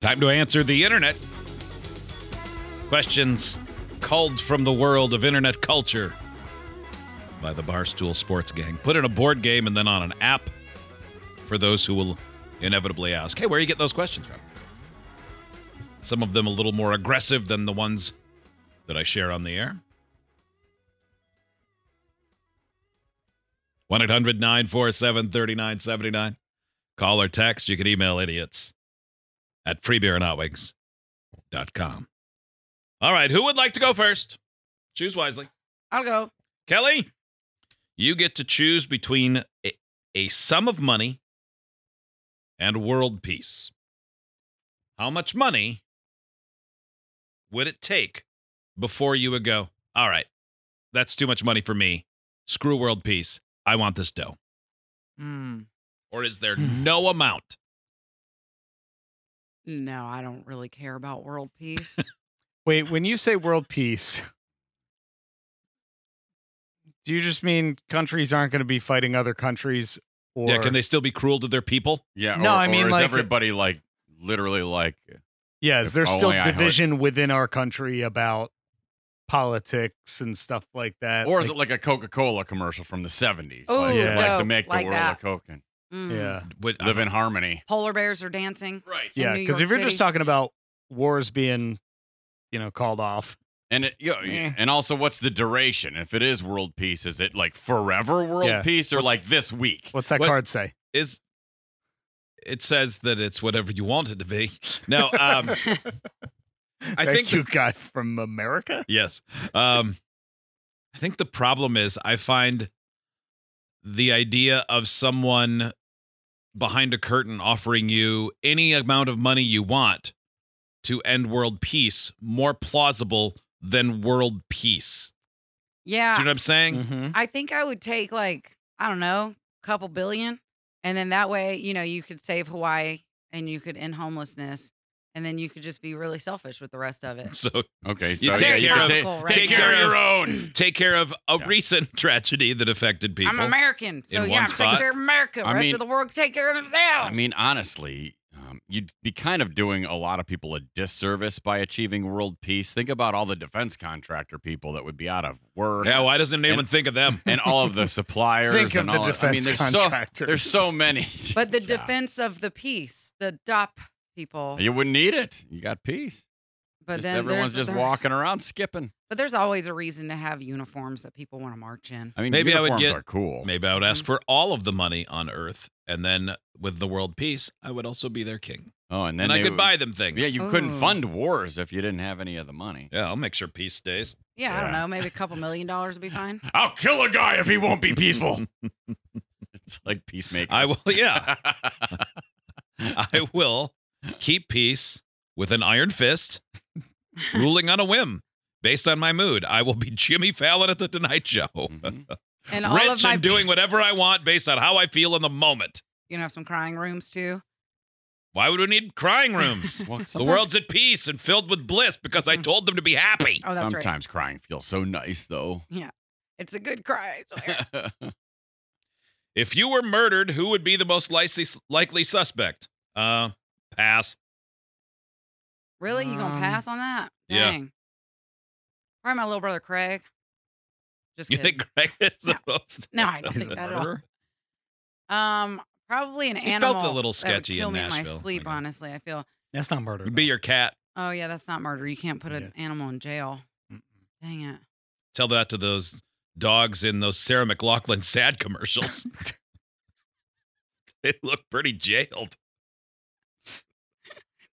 Time to answer the internet. Questions culled from the world of internet culture by the Barstool Sports Gang. Put in a board game and then on an app for those who will inevitably ask, hey, where you get those questions from? Some of them a little more aggressive than the ones that I share on the air. 1 800 947 3979. Call or text. You can email idiots at freebeerandhotwings.com. All right, who would like to go first? Choose wisely. I'll go. Kelly, you get to choose between a, a sum of money and world peace. How much money would it take before you would go, all right, that's too much money for me. Screw world peace. I want this dough. Mm, Or is there no amount? no, I don't really care about world peace. Wait, when you say world peace, do you just mean countries aren't going to be fighting other countries? Or yeah, can they still be cruel to their people? Yeah. No, or, I mean, or is like- everybody like literally like Yeah, is If there still only I had- division within our country about politics and stuff like that? or is Like- it like a Coca-Cola commercial from the 70s? like, Ooh, Yeah. like to dope, make the like world that. a Coke and Mm. yeah, Would, live in harmony. Polar bears are dancing. Right. yeah? New Because York if you're just City. talking about wars being, you know, called off, And it, you know, Eh. and also what's the duration? If it is world peace, is it like forever world Yeah. peace or What's- like this week? what's that What- card say? is it says that it's whatever you want it to be. No, um, I Thank think you, guy from America. yes. Um, I think the problem is I find the idea of someone behind a curtain offering you any amount of money you want to end world peace more plausible than world peace. Yeah. Do you know what I'm saying? Mm-hmm. Mhm. I think I would take like, I don't know, a couple billion. And then that way, you know, you could save Hawaii and you could end homelessness. And then you could just be really selfish with the rest of it. So Okay, so You yeah, take you care can of- take, Right. take care of your own. take care of a Yeah. recent tragedy that affected people. I'm American. So in yeah, one I'm spot. taking care of America. The I rest mean- of the world can take care of I themselves. mean, honestly, um, you'd be kind of doing a lot of people a disservice by achieving world peace. Think about all the defense contractor people that would be out of work. yeah, why doesn't anyone think of them? and all of the suppliers. Think of and the all I mean, defense there's So, contractors. there's so many. but the Yeah. defense of the peace, the DOP people. You wouldn't need it. You got peace. but Just then everyone's there's- just there's- walking around skipping. But there's always a reason to have uniforms that people want to march in. I mean, Maybe I would uniforms get- are cool. Maybe I would ask Mm-hmm. for all of the money on Earth, and then with the world peace, I would also be their king, Oh, and and, then I they could would- buy them things. Yeah, you couldn't Ooh. fund wars if you didn't have any of the money. Yeah, I'll make sure peace stays. Yeah, I don't Yeah. know. Maybe a couple million dollars would be fine. I'll kill a guy if he won't be peaceful. it's like peacemaker. I will. Yeah, I will keep peace with an iron fist, ruling on a whim. Based on my mood, I will be Jimmy Fallon at the Tonight Show. Mhm. And all of Rich my and doing whatever I want based on how I feel in the moment. you know, have some crying rooms too. Why would we need crying rooms? Well, the sometimes- world's at peace and filled with bliss because Mm-hmm. I told them to be happy. Oh, that's right. Sometimes crying feels so nice, though. It's a good cry. I swear. If you were murdered, who would be the most likely, likely suspect? Uh, pass. really, you gonna Um, pass on that? yeah. Dang. Probably my little brother Craig. Just You kidding. think Greg is the most? no, I don't think that at all. Murderer? Um, probably an He felt a little animal. that would sketchy kill in me In Nashville, my I sleep, know. honestly, I feel. That's not murder. It'd Be your cat. Oh yeah, that's not murder. You can't put an animal in jail. Mm-mm. Dang it. Tell that to those dogs in those Sarah McLaughlin sad commercials. they look pretty jailed.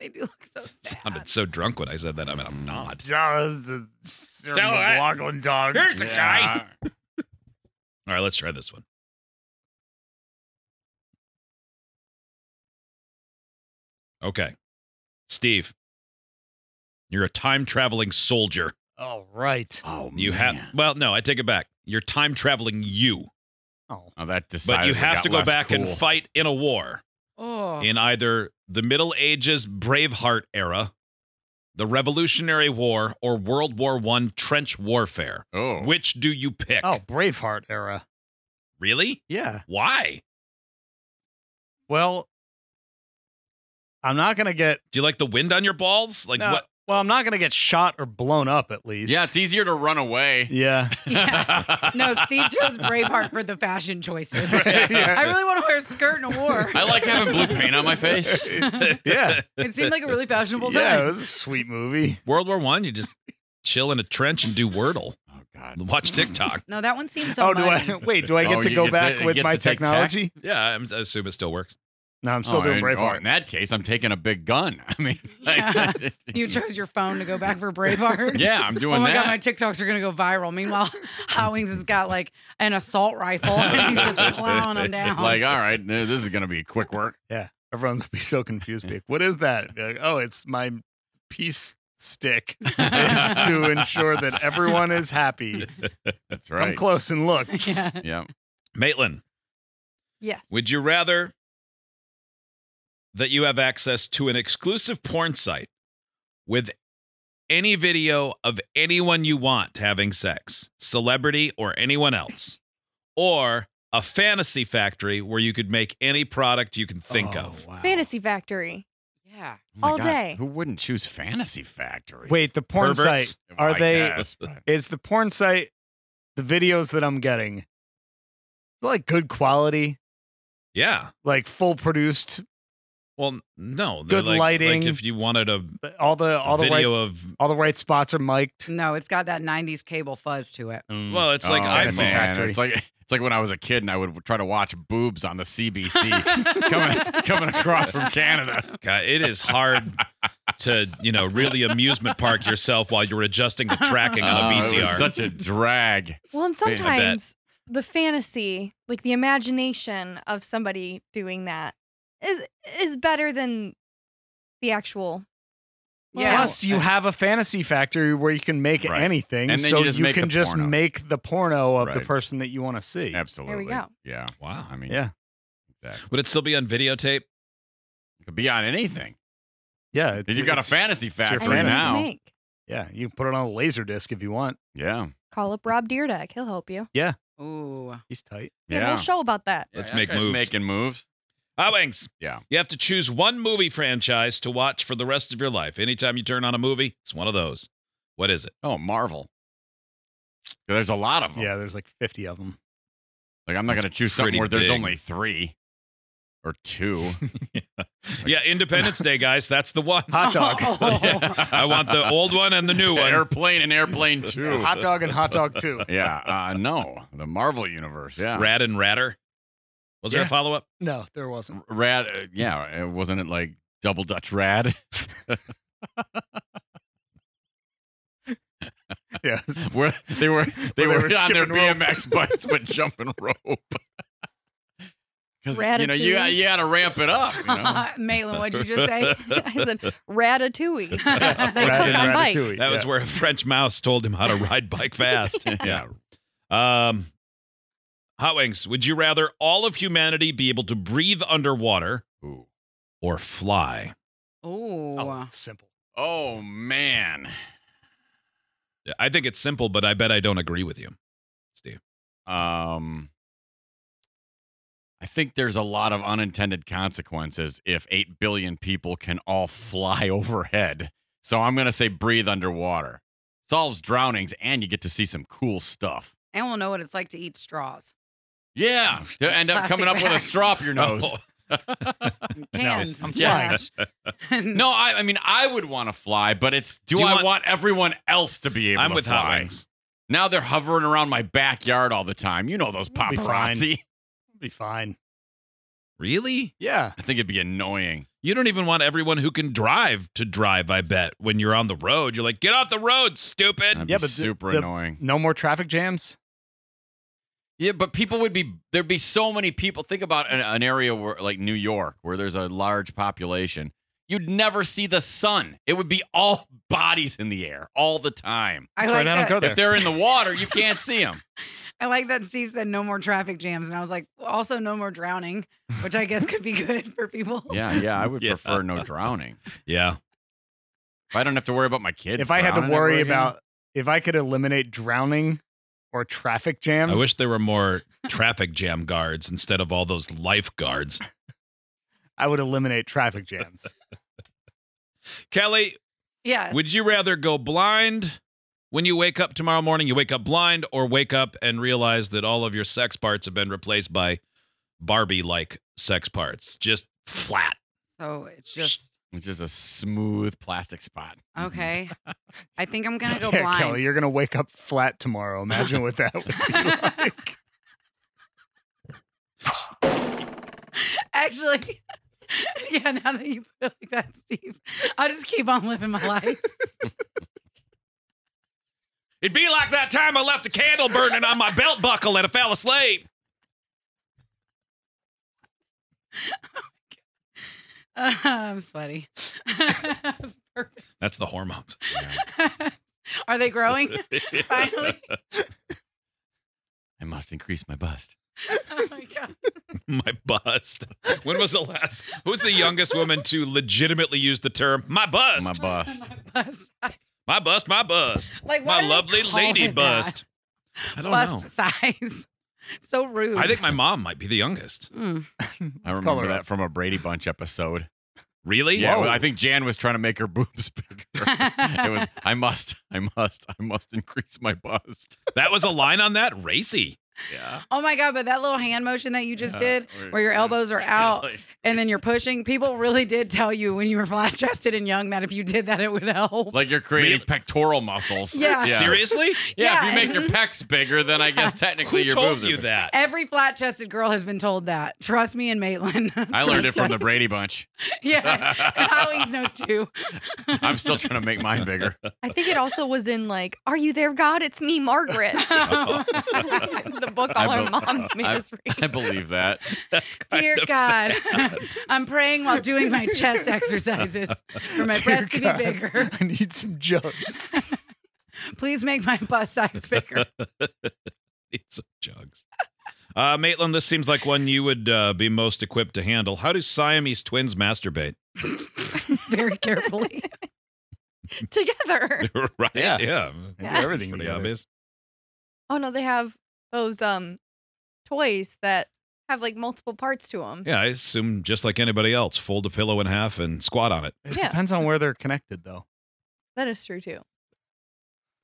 They do look so sad. Sounded so drunk when I said that. I mean, I'm not. though. Tell her- dog. Here's the guy. All right, let's try this one. Okay. Steve, you're a time traveling soldier. All right. Oh, You have, man. well, no, I take it back. You're time traveling you, Oh, Oh, that but decided you we have got to go less back cool. and fight in a war Oh. in either the Middle Ages Braveheart era, the Revolutionary War, or World War One trench warfare. Oh, Which do you pick? oh, Braveheart era. Really? Yeah. Why? Well, I'm not gonna get Do you like the wind on your balls? Like no, what? Well, I'm not gonna get shot or blown up at least. Yeah, it's e- easier to run away. yeah. Yeah. No, Steve chose Braveheart for the fashion choices. I really want to wear a skirt and a war. I like having blue paint on my face. Yeah. It seemed like a really fashionable yeah, it time. was a sweet movie. World War One, you just chill in a trench and do Wordle, Oh God. watch TikTok. No, that one seems so oh, do muddy. I wait, do I Oh, get to you go get to- back it with gets my to take tack? technology? Yeah, I'm, I assume it still works. No, I'm still Oh, doing and- oh, in Braveheart. that case, I'm taking a big gun. I mean, Yeah. like, You chose your phone to go back for Braveheart. Yeah, I'm doing oh my that. god, my TikToks are gonna go viral. Meanwhile, Howings has got like an assault rifle and he's just plowing them down. like, all right, no, this is gonna be quick work. Everyone's gonna be so confused. Be Like, what is that? Be Like, oh, it's my peace stick. It's to ensure that everyone is happy. That's Come right. close and oh. look. yeah. yeah. Maitland, Yes. would you rather that you have access to an exclusive porn site with any video of anyone you want having sex, celebrity or anyone else, or a fantasy factory where you could make any product you can think Oh, of? wow. Fantasy Factory. Yeah. Oh my All day. Who wouldn't choose Fantasy Factory? Oh, Wait, the porn Perverts? site. Are I they guess, but- is the porn site the videos that I'm getting like good quality, Yeah. like full produced, Well, no. they're Good like, lighting. Like if you wanted a all the all the right video of all the right spots are mic'd. No, it's got that '90s cable fuzz to it. well, it's like oh, iPhone. Fantasy Factory. It's like it's like when I was a kid and I would try to watch boobs on the CBC coming coming across from Canada. God, it is hard to you know really amusement park yourself while you're adjusting the tracking on a Oh, it was VCR. such a drag. Well, and Man, I bet. sometimes the fantasy, like the imagination of somebody doing that, is is better than the actual. Yeah. Plus, you have a fantasy factory where you can make Right. anything, And then so you you, just make the can just porno. make the porno of the Right. person that you want to see. Absolutely. go. Yeah. wow. I mean, Yeah, exactly. Would it still be on videotape? It could be on anything. yeah. it's- you got a it's- fantasy your I factory know what fantasy. you now. make. Yeah, you can put it on a laser disc if you want. Yeah. Call up Rob Deerdeck. He'll help you. Ooh. He's tight. We had a whole show about that. Let's that make guy's moves. Making moves. Ah, wings. Yeah. You have to choose one movie franchise to watch for the rest of your life. Anytime you turn on a movie, it's one of those. What is it? Oh, Marvel. There's a lot of them. Yeah, there's like 50 of them. Like I'm not That's going to choose something pretty where there's big. only three or two. yeah, Independence Day, guys. That's the one. Hot dog. I want the old one and the new one. airplane and airplane two. Hot dog and hot dog too. yeah. Uh, no, the Marvel universe. Yeah. Rat and Ratter. Was there a Yeah. follow up? No, there wasn't. Rad. Uh, yeah. uh, Wasn't it like double Dutch rad? Yeah. where they were they, Where they were were, on their skipping rope. BMX bikes but jumping rope. Because you know you Ratatouille. you got to ramp it up. You know? Maitland, what'd you just say? I said ratatouille. they cook Rat on and bikes. ratatouille. That was Yeah. where a French mouse told him how to ride bike fast. Yeah. Um, Hot Wings, would you rather all of humanity be able to breathe underwater Ooh. or fly? Ooh. Oh, it's simple. Oh man. I think it's simple, but I bet I don't agree with you, Steve. Um. I think there's a lot of unintended consequences if 8 billion people can all fly overhead. So I'm going to say breathe underwater. Solves drownings and you get to see some cool stuff. And we'll know what it's like to eat straws. Yeah. To end up Plastic coming up with a bags. straw up your nose. Oh, Cans. I'm yeah. no. No, I, I mean I would want to fly, but it's do, Do you I want- want, everyone else to be able I'm to with fly? Hot Wings. Now they're hovering around my backyard all the time. You know those We'll be fine. paparazzi. It'll be fine. Really? Yeah. I think it'd be annoying. You don't even want everyone who can drive to drive, I bet, when you're on the road. You're like, get off the road, stupid. That'd Yeah, be but the- super the- annoying. No more traffic jams. Yeah, but people would be there'd be so many people. Think about an, an area where like New York, where there's a large population. You'd never see the sun. It would be all bodies in the air all the time. I That's like right, I don't that. go If there. they're in the water, you can't see them. I like that Steve said no more traffic jams, and I was like, well, also no more drowning, which I guess could be good for people. Yeah, yeah, I would Yeah. prefer no drowning. Yeah. If I don't have to worry about my kids. if I had to drowning ever worry again. about if I could eliminate drowning or traffic jams, I wish there were more traffic jam guards instead of all those lifeguards. I would eliminate traffic jams. Kelly, Yes. would you rather go blind when you wake up tomorrow morning? You wake up blind or wake up and realize that all of your sex parts have been replaced by Barbie like sex parts, just flat. so it's just It's just a smooth plastic spot. okay. I think I'm gonna go yeah, blind. Kelly, you're gonna wake up flat tomorrow. Imagine what that would be like. Actually, yeah. Now that you put it like that, Steve, I'll just keep on living my life. It'd be like that time I left a candle burning on my belt buckle and I fell asleep. Uh, I'm sweaty. That was perfect. That's the hormones. Yeah. Are they growing finally? I must increase my bust. Oh my god. my bust. When was the last? Who's the youngest woman to legitimately use the term my bust? My bust. My bust. My bust, my bust. Like, why my do they lovely call lady it that? bust. I don't Bust size. So rude. know. I think my mom might be the youngest. Mm. I Let's call remember her that up. from a Brady Bunch episode. Really? Yeah, Whoa. I think Jan was trying to make her boobs bigger. it was I must, I must, I must increase my bust. That was a line on that? Racy. Yeah. Oh my god! But that little hand motion that you just did, where your elbows are out and then you're pushing, people really did tell you when you were flat chested and young that if you did that, it would help. Like you're creating Really? pectoral muscles. Yeah. Yeah. Seriously? Yeah. Yeah, if you make your pecs bigger, then I guess technically Who your told boobs you are bigger. that? Every flat chested girl has been told that. Trust me and Maitland. I learned it Trust from the us. Brady Bunch. yeah. And Howie's knows too. I'm still trying to make mine bigger. I think it also was in like, "Are you there, God? It's me, Margaret." Oh. the book all I our be- moms made I- us read. I believe that. That's kind Dear of sad. God, I'm praying while doing my chest exercises for my Dear breasts to be God, bigger. I need some jugs. Please make my bust size bigger. It's jugs. Uh, Maitland, this seems like one you would uh, be most equipped to handle. How do Siamese twins masturbate? very carefully. together. right? yeah. Yeah. They do Yeah. everything Pretty together. obvious. Oh no, they have those um toys that have like multiple parts to them. Yeah, I assume just like anybody else, fold a pillow in half and squat on it. It Yeah. depends on where they're connected, though. That is true too.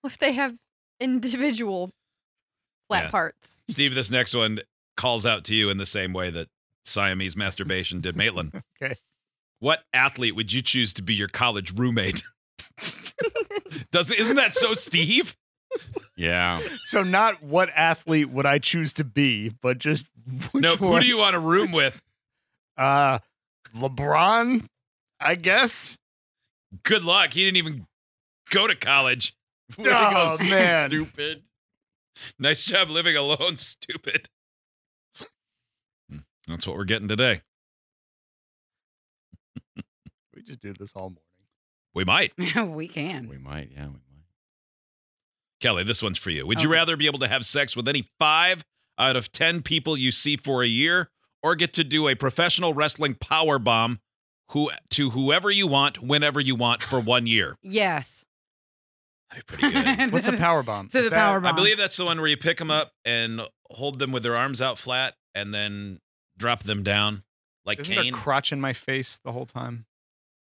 What if they have individual flat Yeah. parts? Steve, this next one calls out to you in the same way that Siamese masturbation did Maitland. Okay. What athlete would you choose to be your college roommate? Does isn't that so Steve? Yeah. So not what athlete would I choose to be, but just which no, one? who do you want to room with? Uh, LeBron, I guess. Good luck. He didn't even go to college. Way to go, Oh, man. Stupid. Nice job living alone, stupid. Hmm, That's what we're getting today. We just do this all morning. We might. we can. We might. Yeah, we might. Kelly, this one's for you. Would you Okay. rather be able to have sex with any five out of 10 people you see for a year or get to do a professional wrestling power bomb who, to whoever you want, whenever you want for one year? Yes. That'd be pretty good. What's a power bomb? To Is the that- power I bomb. believe that's the one where you pick them up and hold them with their arms out flat and then drop them down like Isn't Kane. there crotch in my face the whole time?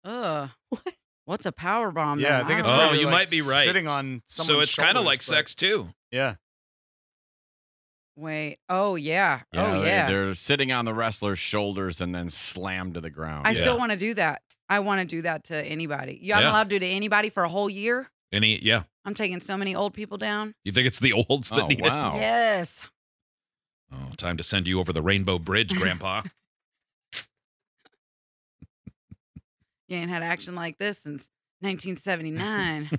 Ugh. What's a power bomb? yeah, I think it's Oh, probably, you like, might be right. Sitting on so it's kind of like sex too. Yeah, Wait. Oh yeah. oh they- yeah. They're sitting on the wrestler's shoulders and then slammed to the ground. I Yeah. still want to do that. I want to do that to anybody. Yeah, I'm Yeah. allowed to do to anybody for a whole year. Any, yeah. I'm taking so many old people down. You think it's the olds that Oh, need it? wow. Yes. Oh, time to send you over the rainbow bridge, Grandpa. You ain't had action like this since 1979.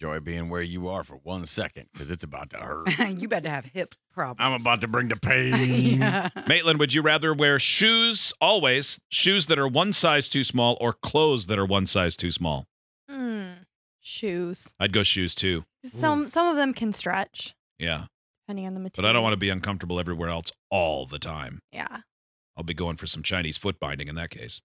Enjoy being where you are for one second because it's about to hurt. you better have hip problems. I'm about to bring the pain. yeah. Maitland, would you rather wear shoes always, shoes that are one size too small, or clothes that are one size too small? Mm, shoes. I'd go shoes too. Some some of them can stretch Yeah. depending on the But material. I don't want to be uncomfortable everywhere else all the time. Yeah, I'll be going for some Chinese foot binding in that case.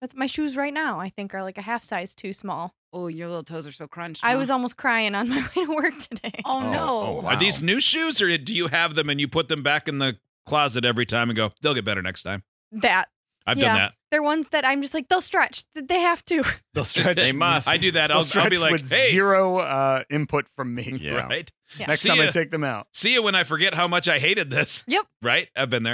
that's my shoes right now. I think are like a half size too small. Oh, your little toes are so crunched. I huh? was almost crying on my way to work today. Oh, Oh, no. oh, wow. Are these new shoes, or do you have them and you put them back in the closet every time and go, they'll get better next time? That I've Yeah. done that. They're ones that I'm just like, they'll stretch. Th- They have to. They'll stretch. They must. I do that. They'll I'll, stretch I'll be like, with hey, zero uh, input from me. Yeah. right? Yeah. Next See time I ya. take them out. See you when I forget how much I hated this. Yep. Right? I've been there.